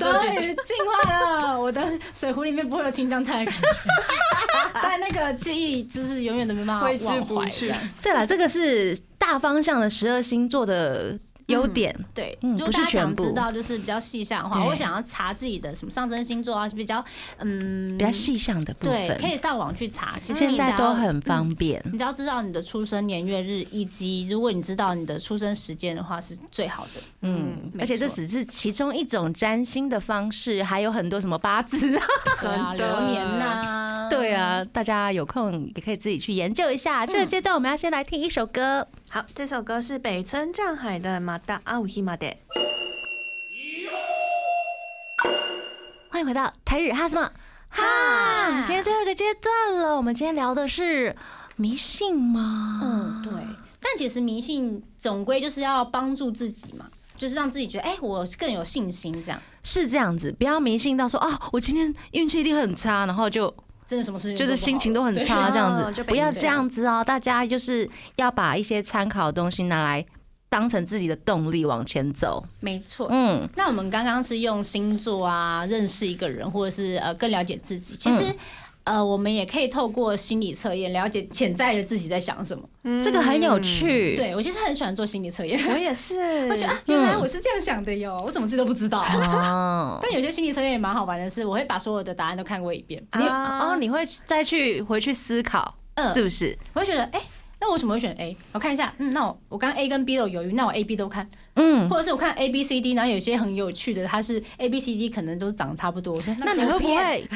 终于进化了，我的水壶里面不会有青江菜的 感觉，但那个记忆就是永远都没办法
挥之
忘
不
怀
去
这样。
对了，这个是大方向的十二星座的优点。
对，
嗯
如果
不是
大家
全
想
部
知道就是比较细项的话，
对
我想要查自己的什么上升星座啊，比较嗯
比较细项的部
对
分，，
可以上网去查。其实
现
你只
在
要嗯
都很方便。
你只要知道你的出生年月日，以及如果你知道你的出生时间的话，是最好的。
嗯，
没
而且这
错
只是其中一种占星的方式，还有很多什么八字啊，
对啊，
真的
流年呐、
对啊，大家有空也可以自己去研究一下。这个阶段我们要先来听一首歌，
好，这首歌是北村匠海的《马达阿乌希马德》。
欢迎回到台日哈什么哈
哈，
今天最后一个阶段了，我们今天聊的是迷信吗？
嗯，对。但其实迷信总归就是要帮助自己嘛，就是让自己觉得，哎、我更有信心，这样
是这样子，不要迷信到说啊，我今天运气一定很差，然后就
真的什么事情
就是心情
都
都很
对啊
差这样
哦
子，
就
不
被
要
影响
这样子哦，大家就是要把一些参考的东西拿来当成自己的动力往前走。
没错。
嗯，
那我们刚刚是用星座啊认识一个人，或者是呃更了解自己。其实、
嗯
呃，我们也可以透过心理测验了解潜在的自己在想什么。
这个很有趣。，
对我其实很喜欢做心理测
嗯
验，
我也是，
我觉得啊，原来我是这样想的哟，我怎么自己都不知道。。
哦
但有些心理测验也蛮好玩的是，我会把所有的答案都看过一遍，
你
啊
哦，你会再去回去思考，
嗯
是不是？
我会觉得哎。那我为什么会选 A？我看一下，嗯，那我我刚刚 A 跟 B 都有犹豫，那我 A、B 都看，
嗯，
或者是我看 A、B、C、D，然后有些很有趣的，它是 A、B、C、D 可能都长得差不多。我说
那你会不会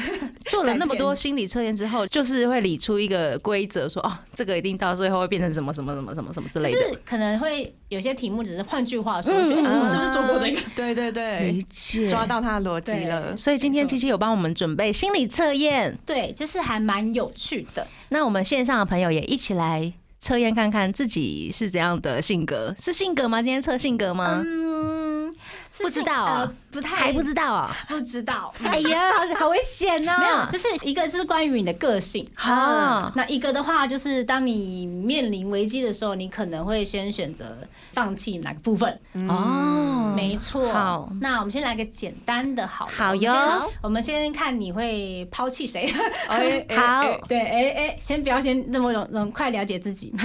做了那么
再
多
骗
心理测验之后，就是会理出一个规则，说哦，这个一定到最后会变成什么什么什么什么什么之
就
类的？
是可能会有些题目只是换句话说，
嗯
我觉得哎
嗯
我是不是做过这个？
对对
理
对，
解，
抓。到他的逻辑
对
了。
所以今天
没错
七七有帮我们准备心理测验，
对，就是还蛮有趣的。
那我们线上的朋友也一起来测验看看自己是怎样的性格，是性格吗？今天测性格吗？
嗯，是
不知道啊
呃不太
还不知道啊！
不知道。
哎呀，好危险啊呐！
没有，这是一个是关于你的个性。
好，
那一个的话，就是当你面临危机的时候，你可能会先选择放弃哪个部分。
哦，
嗯没错。
好
那我们先来个简单的好了，
好
我们
哟
先。我们先看你会抛弃谁。
哎哎
好
对，哎、哎、先不要先那么容容快了解自己。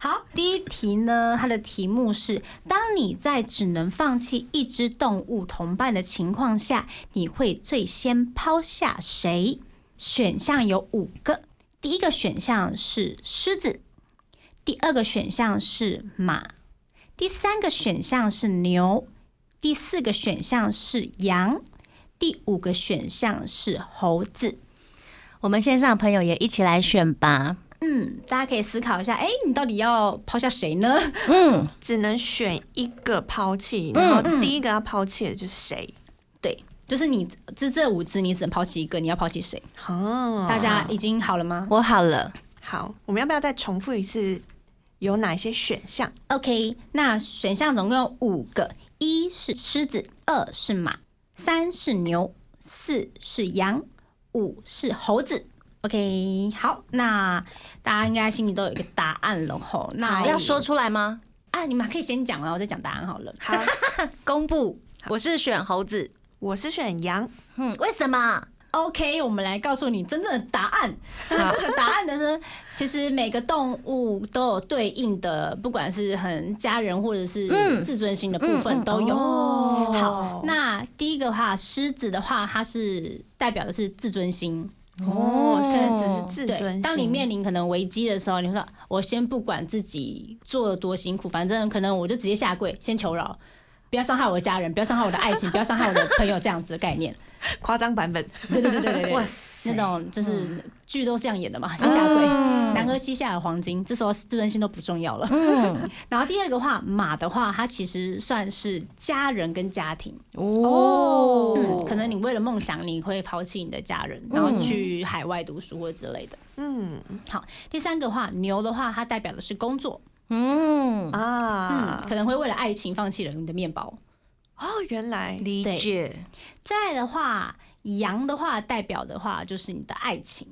好，第一题呢，它的题目是：当你在只能放弃一只动物同伴的情况下，你会最先抛下谁？选项有五个，第一个选项是狮子，第二个选项是马，第三个选项是牛，第四个选项是羊，第五个选项是猴子。
我们线上的朋友也一起来选吧。
嗯，大家可以思考一下，哎、你到底要抛下谁呢？
嗯，
只能选一个抛弃，
嗯
然后第一个要抛弃的就是谁？
对，就是你这这五只，你只能抛弃一个，你要抛弃谁？
哦，
大家已经好了吗
我好了，
好，我们要不要再重复一次有哪些选项？
？OK，那选项总共有五个：一是狮子，二是马，三是牛，四是羊，五是猴子。OK，好，那大家应该心里都有一个答案了吼。那
要说出来吗？
啊，你们可以先讲了，我再讲答案好了。
好，
公布，我是选猴子。
我是选羊，
嗯，为什么？
OK，我们来告诉你真正的答案。那 这个答案呢是，其实每个动物都有对应的，不管是很家人或者是
嗯
自尊心的部分都有。
哦
好，那第一个话，狮子的话，它是代表的是自尊心，
哦，
甚
是
至
只是自尊
对，
心。
当你面临可能危机的时候，你会说我先不管自己做的多辛苦，反正可能我就直接下跪，先求饶。不要伤害我的家人，不要伤害我的爱情，不要伤害我的朋友，这样子的概念。
夸张版本，
对对对对对对，
哇
那种就是剧都是这样演的嘛，先下跪，南柯西下有黄金，这时候自尊心都不重要了。
嗯，
然后第二个话，马的话，它其实算是家人跟家庭。
哦，
嗯，可能你为了梦想，你会抛弃你的家人，然后去海外读书或之类的。
嗯
好，第三个话，牛的话，它代表的是工作，
嗯，
嗯
啊，，
可能会为了爱情放弃了你的面包。
哦，原来
理解。
再来的话，羊的话代表的话就是你的爱情，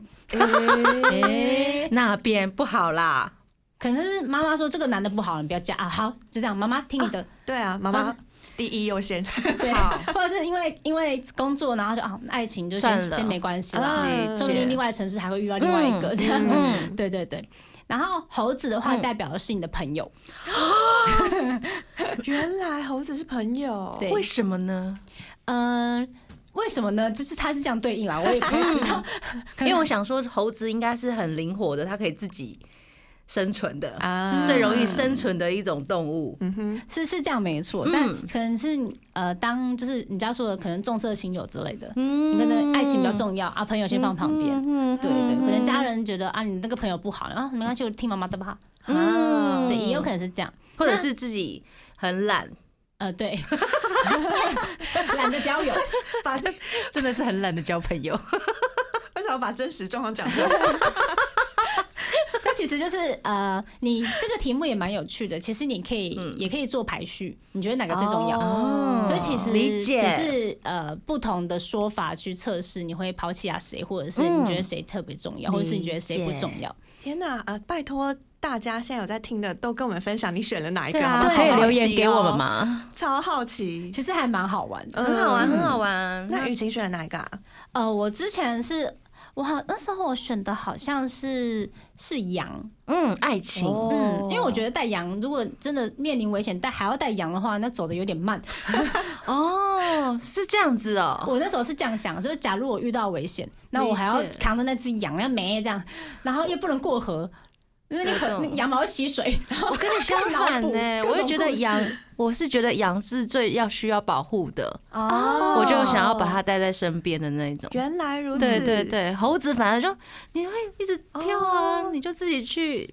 那边不好啦，
可能是妈妈说这个男的不好，你不要嫁啊。好，就这样，妈妈听 你的，
哦
对啊，妈
啊
妈第一优先，
对， 或者是因为因为工作，然后就啊爱情就先
算了
先没关系啦，
嗯
说不定另外城市还会遇到另外一个这样。
嗯，
对对对。然后猴子的话
嗯
代表的是你的朋友，
原来猴子是朋友，
对
嗯为什么呢？
嗯、为什么呢？就是它是这样对应啦，我也不太知 道。
因为我想说，猴子应该是很灵活的，它可以自己生存的，
啊
最容易生存的一种动物。
嗯哼，
是是这样没错，
嗯
但可能是呃，当就是你家说的，可能重色轻友之类的，
嗯
你可能爱情比较重要啊，朋友先放旁边。
嗯
对对，可能家人觉得啊，你那个朋友不好，然后没关系，我听妈妈的吧。啊
嗯
对，也有可能是这样。
或者是自己很懒，
呃，对，懒得交友。
把这
真的是很懒得交朋 友。
为什么把真实状况讲出来？
但其实就是呃，你这个题目也蛮有趣的，其实你可以、
嗯
也可以做排序，你觉得哪个最重要？
哦
所以其实
理解
只是呃不同的说法去测试，你会抛弃啊谁，或者是你觉得谁特别重要，
嗯
或者是你觉得谁不重要？
天哪，呃，拜托大家现在有在听的，都跟我们分享你选了哪一个，好不好
可以
好
留
奇
言给
哦
我们？吗？
超好奇，
其实还蛮好玩的。
很好玩，
嗯
很好玩。
那雨晴选了哪一个啊？
呃，我之前是我好那时候我选的好像是是羊，
嗯，爱情，
哦
哦
嗯，因为我觉得带羊如果真的面临危险，但还要带羊的话，那走的有点慢。
哦，是这样子哦。
我那时候是这样想，就是假如我遇到危险，那我还要
理解
扛着那只羊，要没这样，然后又不能过河，因为那
我
个
懂
那羊毛吸水。
我跟你相反呢、
欸
我也觉得羊，我是觉得羊是最要需要保护的，
哦
我就想要把它带在身边的那一种。
原来如此，
对对，对，猴子反而就你会一直跳啊，
哦
你就自己去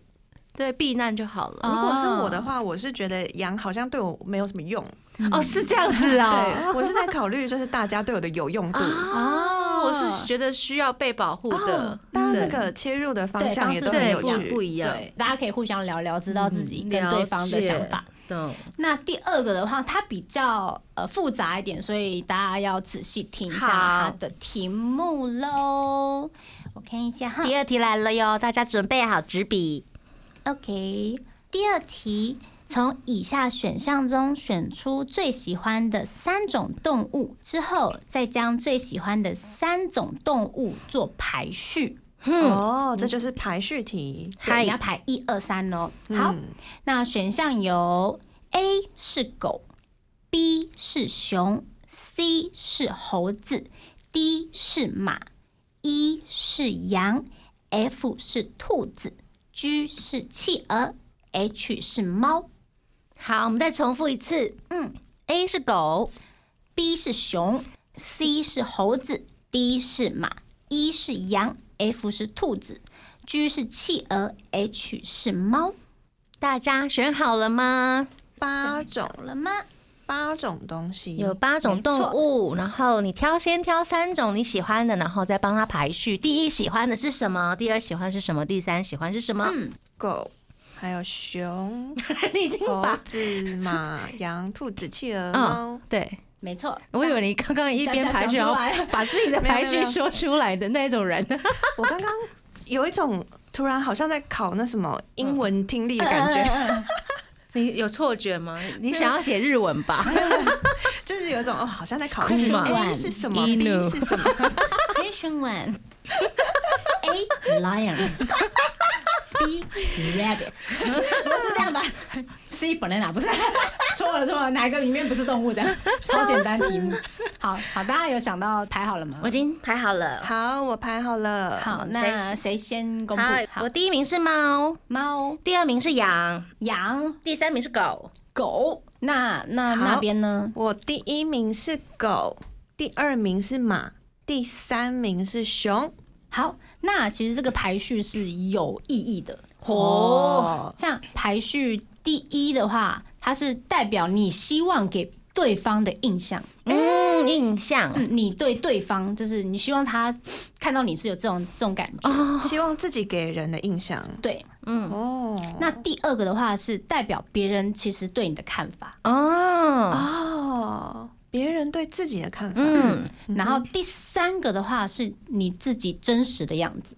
对避难就好了。
如果是我的话，我是觉得羊好像对我没有什么用，
哦，是这样子哦。
嗯对我是在考虑就是大家对我的有用度。
啊，我是觉得需要被保护的
哦，，当然那
对
个切入的方向
对
也都很
对
有
不不
趣，
一样，
对，大家可以互相聊聊，知道自
嗯
己跟对方的想法。
懂
嗯
那第二个的话，它比较呃复杂一点，所以大家要仔细听一下它的题目喽。我看一下哈
第二题来了哟，大家准备好纸笔。
，OK，第二题，从以下选项中选出最喜欢的三种动物之后，再将最喜欢的三种动物做排序。
哦，
嗯
这就是排序题。
对，
嗨
你要排一二三哦。好，那选项有 A 是狗，B 是熊，C 是猴子，D 是马，E 是羊，F 是兔子，G 是企鹅，H 是猫
好，我们再重复一次。嗯，A 是狗，
，B 是熊，C 是猴子，D 是马，E 是羊，F 是兔子，G 是企鹅，H 是猫。
大家选好了吗？
八种
好了吗？
八种东
嗯
西，
有八种动物，然后你挑先挑三种你喜欢的，然后再帮它排序。第一喜欢的是什么？第二喜欢是什么？第三喜欢是什么？
嗯
狗，还有熊、
你已经
猴
把
子、马、羊、兔子、企鹅、
嗯
猫。，
对，
没错，
我以为你刚刚一边
讲
排序，然
讲
后
出来
把自己的
没有
排
没
序
有
说出来的那种 人。
我刚刚有一种突然好像在考那什么英文听力的感觉，
你有错觉吗？你想要写日文 吧？
就是有一种哦，好像在考试。
酷嘛
A 是什么
Inu
？B 是什么？
Question one. A lion. B rabbit. 是这样吧？C banana 不是？错了错了，哪一个里面不是动物的？超简单题目。好好，大家有想到排好了吗？
我已经排好了。
好，我排好了。
好，那谁先公布？
好，
好
我，第一名是猫，
猫、
第二名是羊，
羊、
第三名是狗。
狗。那那
好
那边呢？
我第一名是狗，第二名是马，第三名是熊。
好，那其实这个排序是有意义的
哦
像排序第一的话，它是代表你希望给对方的印象，
嗯，印象
嗯，你对对方就是你希望他看到你是有这种这种感觉。
哦，
希望自己给人的印象
对，
嗯
哦。
那第二个的话是代表别人其实对你的看法，
哦，
哦，别人对自己的看法，
嗯，
然后第三个的话是你自己真实的样子。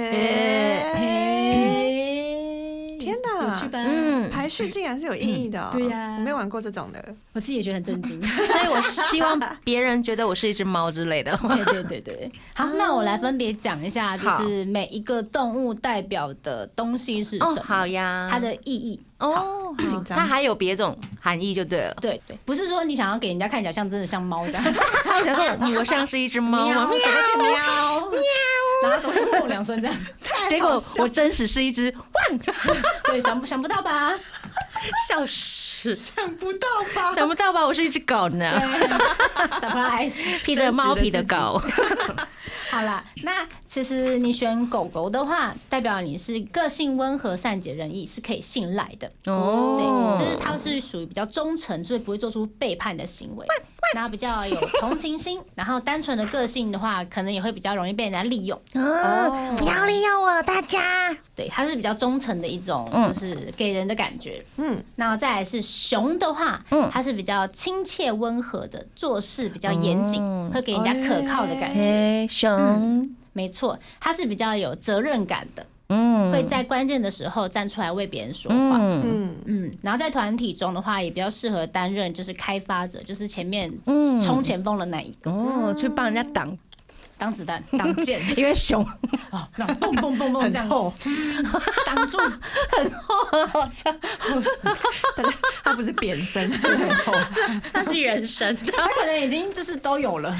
哎
诶，天哪
有趣吧？
嗯，
排序竟然是有意义的哦，
嗯对呀
我没玩过这种的。
我自己也觉得很震惊。
所以我希望别人觉得我是一只猫之类的。
对对对对，好，那我来分别讲一下，就
好
是每一个动物代表的东西是
哦
什，么，
好呀，
它的意义。
哦，好
紧张
它还有别种含义就对 了。
对对，不是说你想要给人家看起来像真的像猫这样，
他想说我像是一只猫
喵，
吗
走？过去喵喵，然后走去吼两声这样，
结果我真实是一只汪，
对，想不想不到 吧？
笑死，
想不到吧？
想不到吧？我是一只狗
对
呢，
，surprise。
披着猫皮的狗。
好啦，那其实你选狗狗的话，代表你是个性温和、善解人意，是可以信赖的。对，就是它是属于比较忠诚，所以不会做出背叛的行为，然后比较有同情心，然后单纯的个性的话，可能也会比较容易被人家利用。哦
啊，不要利用我，大家。
对，它是比较忠诚的一种，
嗯
就是给人的感觉。
嗯，
那再来是熊的话，
嗯
它是比较亲切温和的，做事比较严谨，
哦哎
会给人家可靠的感觉。
嘿，熊，
没错，它是比较有责任感的，
嗯，
会在关键的时候站出来为别人说话。
嗯
嗯，
嗯，然后在团体中的话，也比较适合担任就是开发者，就是前面
嗯
冲前锋的那一个，
哦，去帮人家挡，
当子弹、当箭，
因为熊
哦，那种蹦蹦蹦蹦这样嗯挡住，
它不是扁身，对
它是人生的。
他可能已经就是都有了。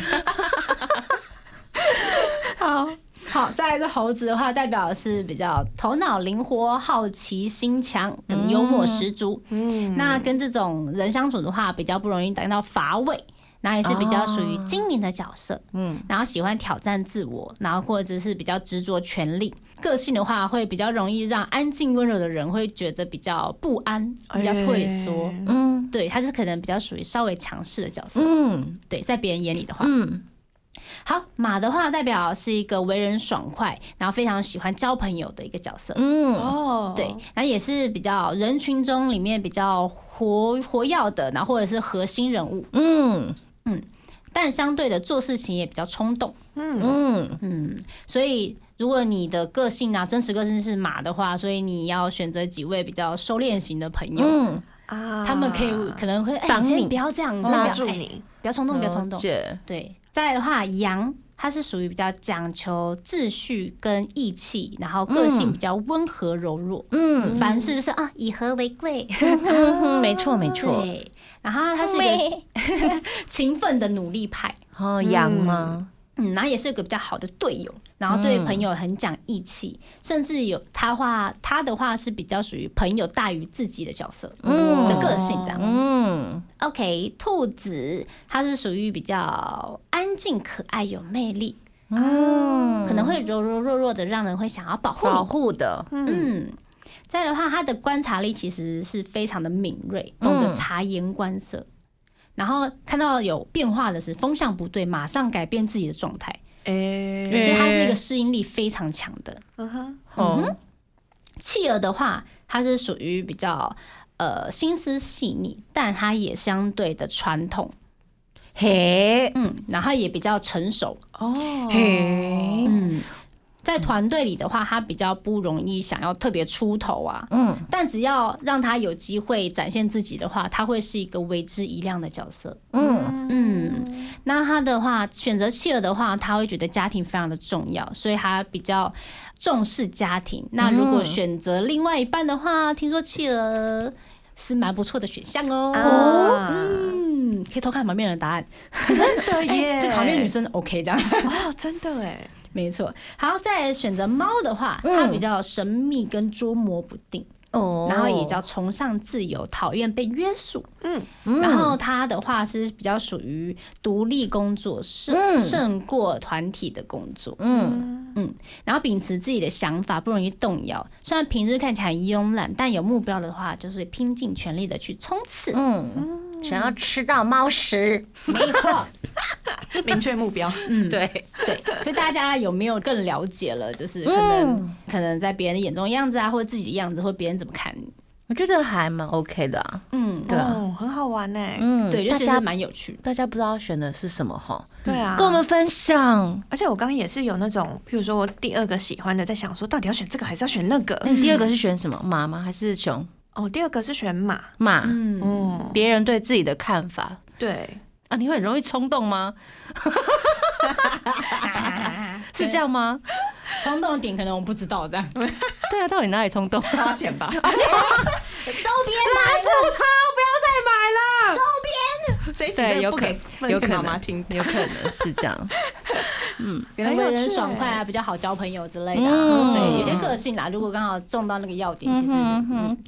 好好，再来是猴子的话，代表的是比较头脑灵活、好奇心强、跟幽默十足。
嗯，
那跟这种人相处的话，比较不容易感到乏味。然后也是比较属于精明的角色，
嗯
嗯，然后喜欢挑战自我，然后或者是比较执着权力。个性的话，会比较容易让安静温柔的人会觉得比较不安，比较退缩。
哎
嗯
对，他是可能比较属于稍微强势的角色。
嗯
对，在别人眼里的话，
嗯，
好，马的话代表是一个为人爽快，然后非常喜欢交朋友的一个角色。
嗯
哦，
对，然后也是比较人群中里面比较活活跃的，然后或者是核心人物，
嗯
但相对的做事情也比较冲动。
嗯，
嗯，所以如果你的个性啊，真实个性是马的话，所以你要选择几位比较收敛型的朋友，
嗯，
啊，
他们可以可能会哎，
挡
你
你
先不要这样，你先不
拉
要
住
哎
你，
不要冲动，不要冲动
了。解
对，再来的话，羊它是属于比较讲求秩序跟义气，然后个性比较温和柔弱，
嗯，
凡事就是啊以和为贵。
嗯没错没错。
对，然后它是一个 勤奋的努力派，
哦，羊吗？
嗯，然后也是一个比较好的队友，然后
嗯
对朋友很讲义气，甚至有他话他的话是比较属于朋友大于自己的角色，
嗯
嗯的个性这样。
嗯
OK，兔子它是属于比较安静、可爱、有魅力，
嗯，
可能会柔柔弱弱的，让人会想要保护
保
你。
护的。
嗯，再的话，他的观察力其实是非常的敏锐，懂
嗯
得察言观色，然后看到有变化的是风向不对，马上改变自己的状态，
哎，
所以他是一
诶
个适应力非常强的。
嗯哼，
哦，
企鹅的话，它是属于比较呃心思细腻，但它也相对的传统，
嘿，
嗯，然后也比较成熟，
哦，
嘿，
嗯。在团队里的话，他比较不容易想要特别出头啊，
嗯，
但只要让他有机会展现自己的话，他会是一个为之一亮的角色。
嗯，
嗯，那他的话，选择妻儿的话，他会觉得家庭非常的重要，所以他比较重视家庭。那如果选择另外一半的话，听说妻儿是蛮不错的选项哦。
啊
嗯，可以偷看旁边人的答案，
真的耶！
哎，就旁边女生 OK 这样。
哦，真的哎，
没错，好，再来选择猫的话，
嗯
它比较神秘跟捉摸不定，
哦
然后也比较崇尚自由，讨厌被约束。
嗯，
嗯
然后它的话是比较属于独立工作，胜
嗯
胜过团体的工作，
嗯
然后秉持自己的想法，不容易动摇。虽然平日看起来很慵懒，但有目标的话，就是拼尽全力的去冲刺。
嗯，想要吃到猫食，
没错，
明确目标，
嗯，
对，
对，所以大家有没有更了解了？就是可能、
嗯
可能在别人眼中的样子啊，或者自己的样子，或者别人怎么看你。
我觉得还蛮 OK 的啊。
嗯，
对啊
哦，很好玩哎，
嗯，
对，就
大
其实
家
蛮有趣的。
大家不知道选的是什么哈，
对啊，
跟我们分享。
而且我刚刚也是有那种，譬如说我第二个喜欢的，在想说到底要选这个还是要选那个。
那你第二个是选什么？马吗？还是熊？
哦，第二个是选马，
马。
嗯，
嗯，
别人对自己的看法
对，
啊，你会很容易冲动 吗？是这样吗？
冲动的点可能我不知道这样。周边
对啊，到底哪里冲动？
花钱 吧，
买
这他不要再
这一集
对
真的
有
不
可
给不
买了，有
能
可
给妈妈
能
听。
有可能是这样。哎
可能为人爽快啊，比较好交朋友之类的啊。
嗯
对，有些个性啊，如果刚好中到那个要点，其实
嗯哼
嗯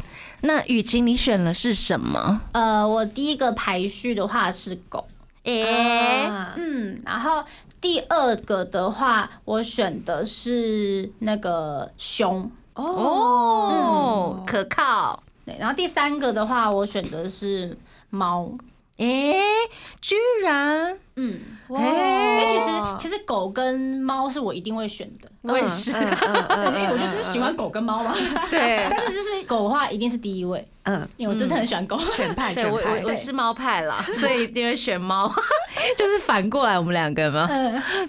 那雨晴，你选了是什么？
呃，我第一个排序的话是狗，
诶，
啊
嗯，然后第二个的话，我选的是那个熊。
哦，
哦，可靠。
对，然后第三个的话，我选的是猫。
诶，居然，
嗯，
哇
哎
因为其实其实狗跟猫是我一定会选的，
我也是，嗯 嗯
因为我就是喜欢狗跟猫
嗯
嘛。
对
但是就是狗的话，一定是第一位，
嗯，
因为我真的很喜欢狗。
全派
对，
全
我
派
我，我
对
是猫派啦，所以一定会选猫， 就是反过来我们两个嘛，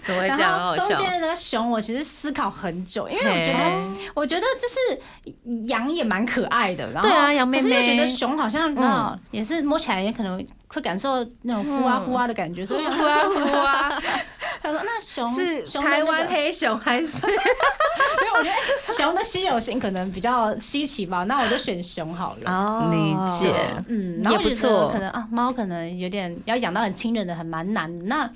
怎么会这样？
然
好
后
好
中
笑。
间的熊，我其实思考很久，因为我觉得，
嘿
我觉得就是羊也蛮可爱的，然后
对啊羊妹妹嗯
可是又觉得熊好像那也是摸起来也可能会感受那种呼
嗯
啊呼啊的感觉，所以
呼啊呼啊，
他说那熊
是
熊的那
台
个
湾黑熊还是？
因为我觉得熊的稀有性可能比较稀奇吧，那我就选熊好了。
哦，
理解
嗯，
啊也
然
不
后我觉得
错
可能啊，猫可能有点要养到很亲人的，很蛮难的。那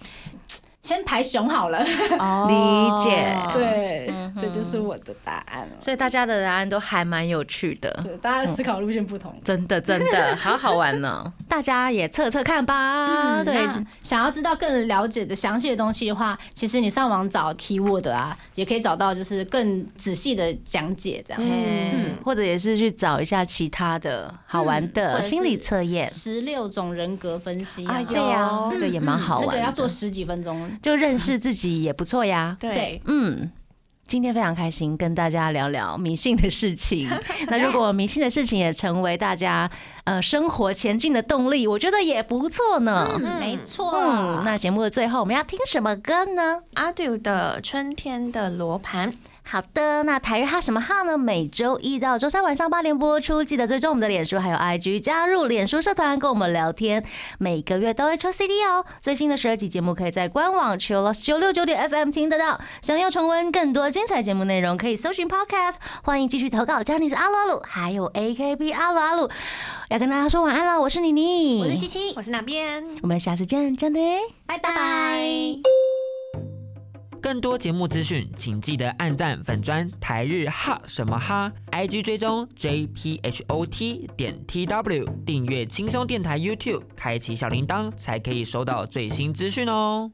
先排熊好了。
哦
理解
对
嗯哼
这就是我的答案了。
所以大家的答案都还蛮有趣的。
对，大家的思考路线不同。
真的真的好好玩呢、大家也测测看吧。
嗯，
对
对，，想要知道更了解的详细的东西的话，其实你上网找 keyword 啊，也可以找到就是更仔细的讲解这样。
嘿嗯或者也是去找一下其他的好玩
嗯或
的
者是
心理测验，
十六种人格分析啊
哎，
对呀，那个也蛮好
嗯那
玩
个
的，
要做十几分钟。
就认识自己也不错呀。
对
对，
嗯。今天非常开心，跟大家聊聊迷信的事 情。那如果迷信的事情也成为大家呃生活前进的动力，我觉得也不错呢。
嗯，没错。
嗯，那节目的最后我们要听什么歌呢？
阿杜的春天的罗盘，
好的，那台日哈什么哈呢？每周一到周三晚上八点播出，记得追踪我们的脸书还有 IG，加入脸书社团跟我们聊天。每个月都会抽 CD 哦。最新的十二集节目可以在官网 chillos 九六九点 FM 听得到。想要重温更多精彩节目内容，可以搜寻 Podcast。欢迎继续投稿，加你是阿鲁阿鲁，还有 AKB 阿鲁阿鲁。要跟大家说晚安了，我是妮妮，
我是七七，
我是哪边？
我们下次见，真的。
拜
拜拜。
更多节目资讯，请记得按赞粉砖台日哈什么哈，IG 追踪 JPHOT 点 TW，订阅轻松电台 YouTube，开启小铃铛才可以收到最新资讯哦。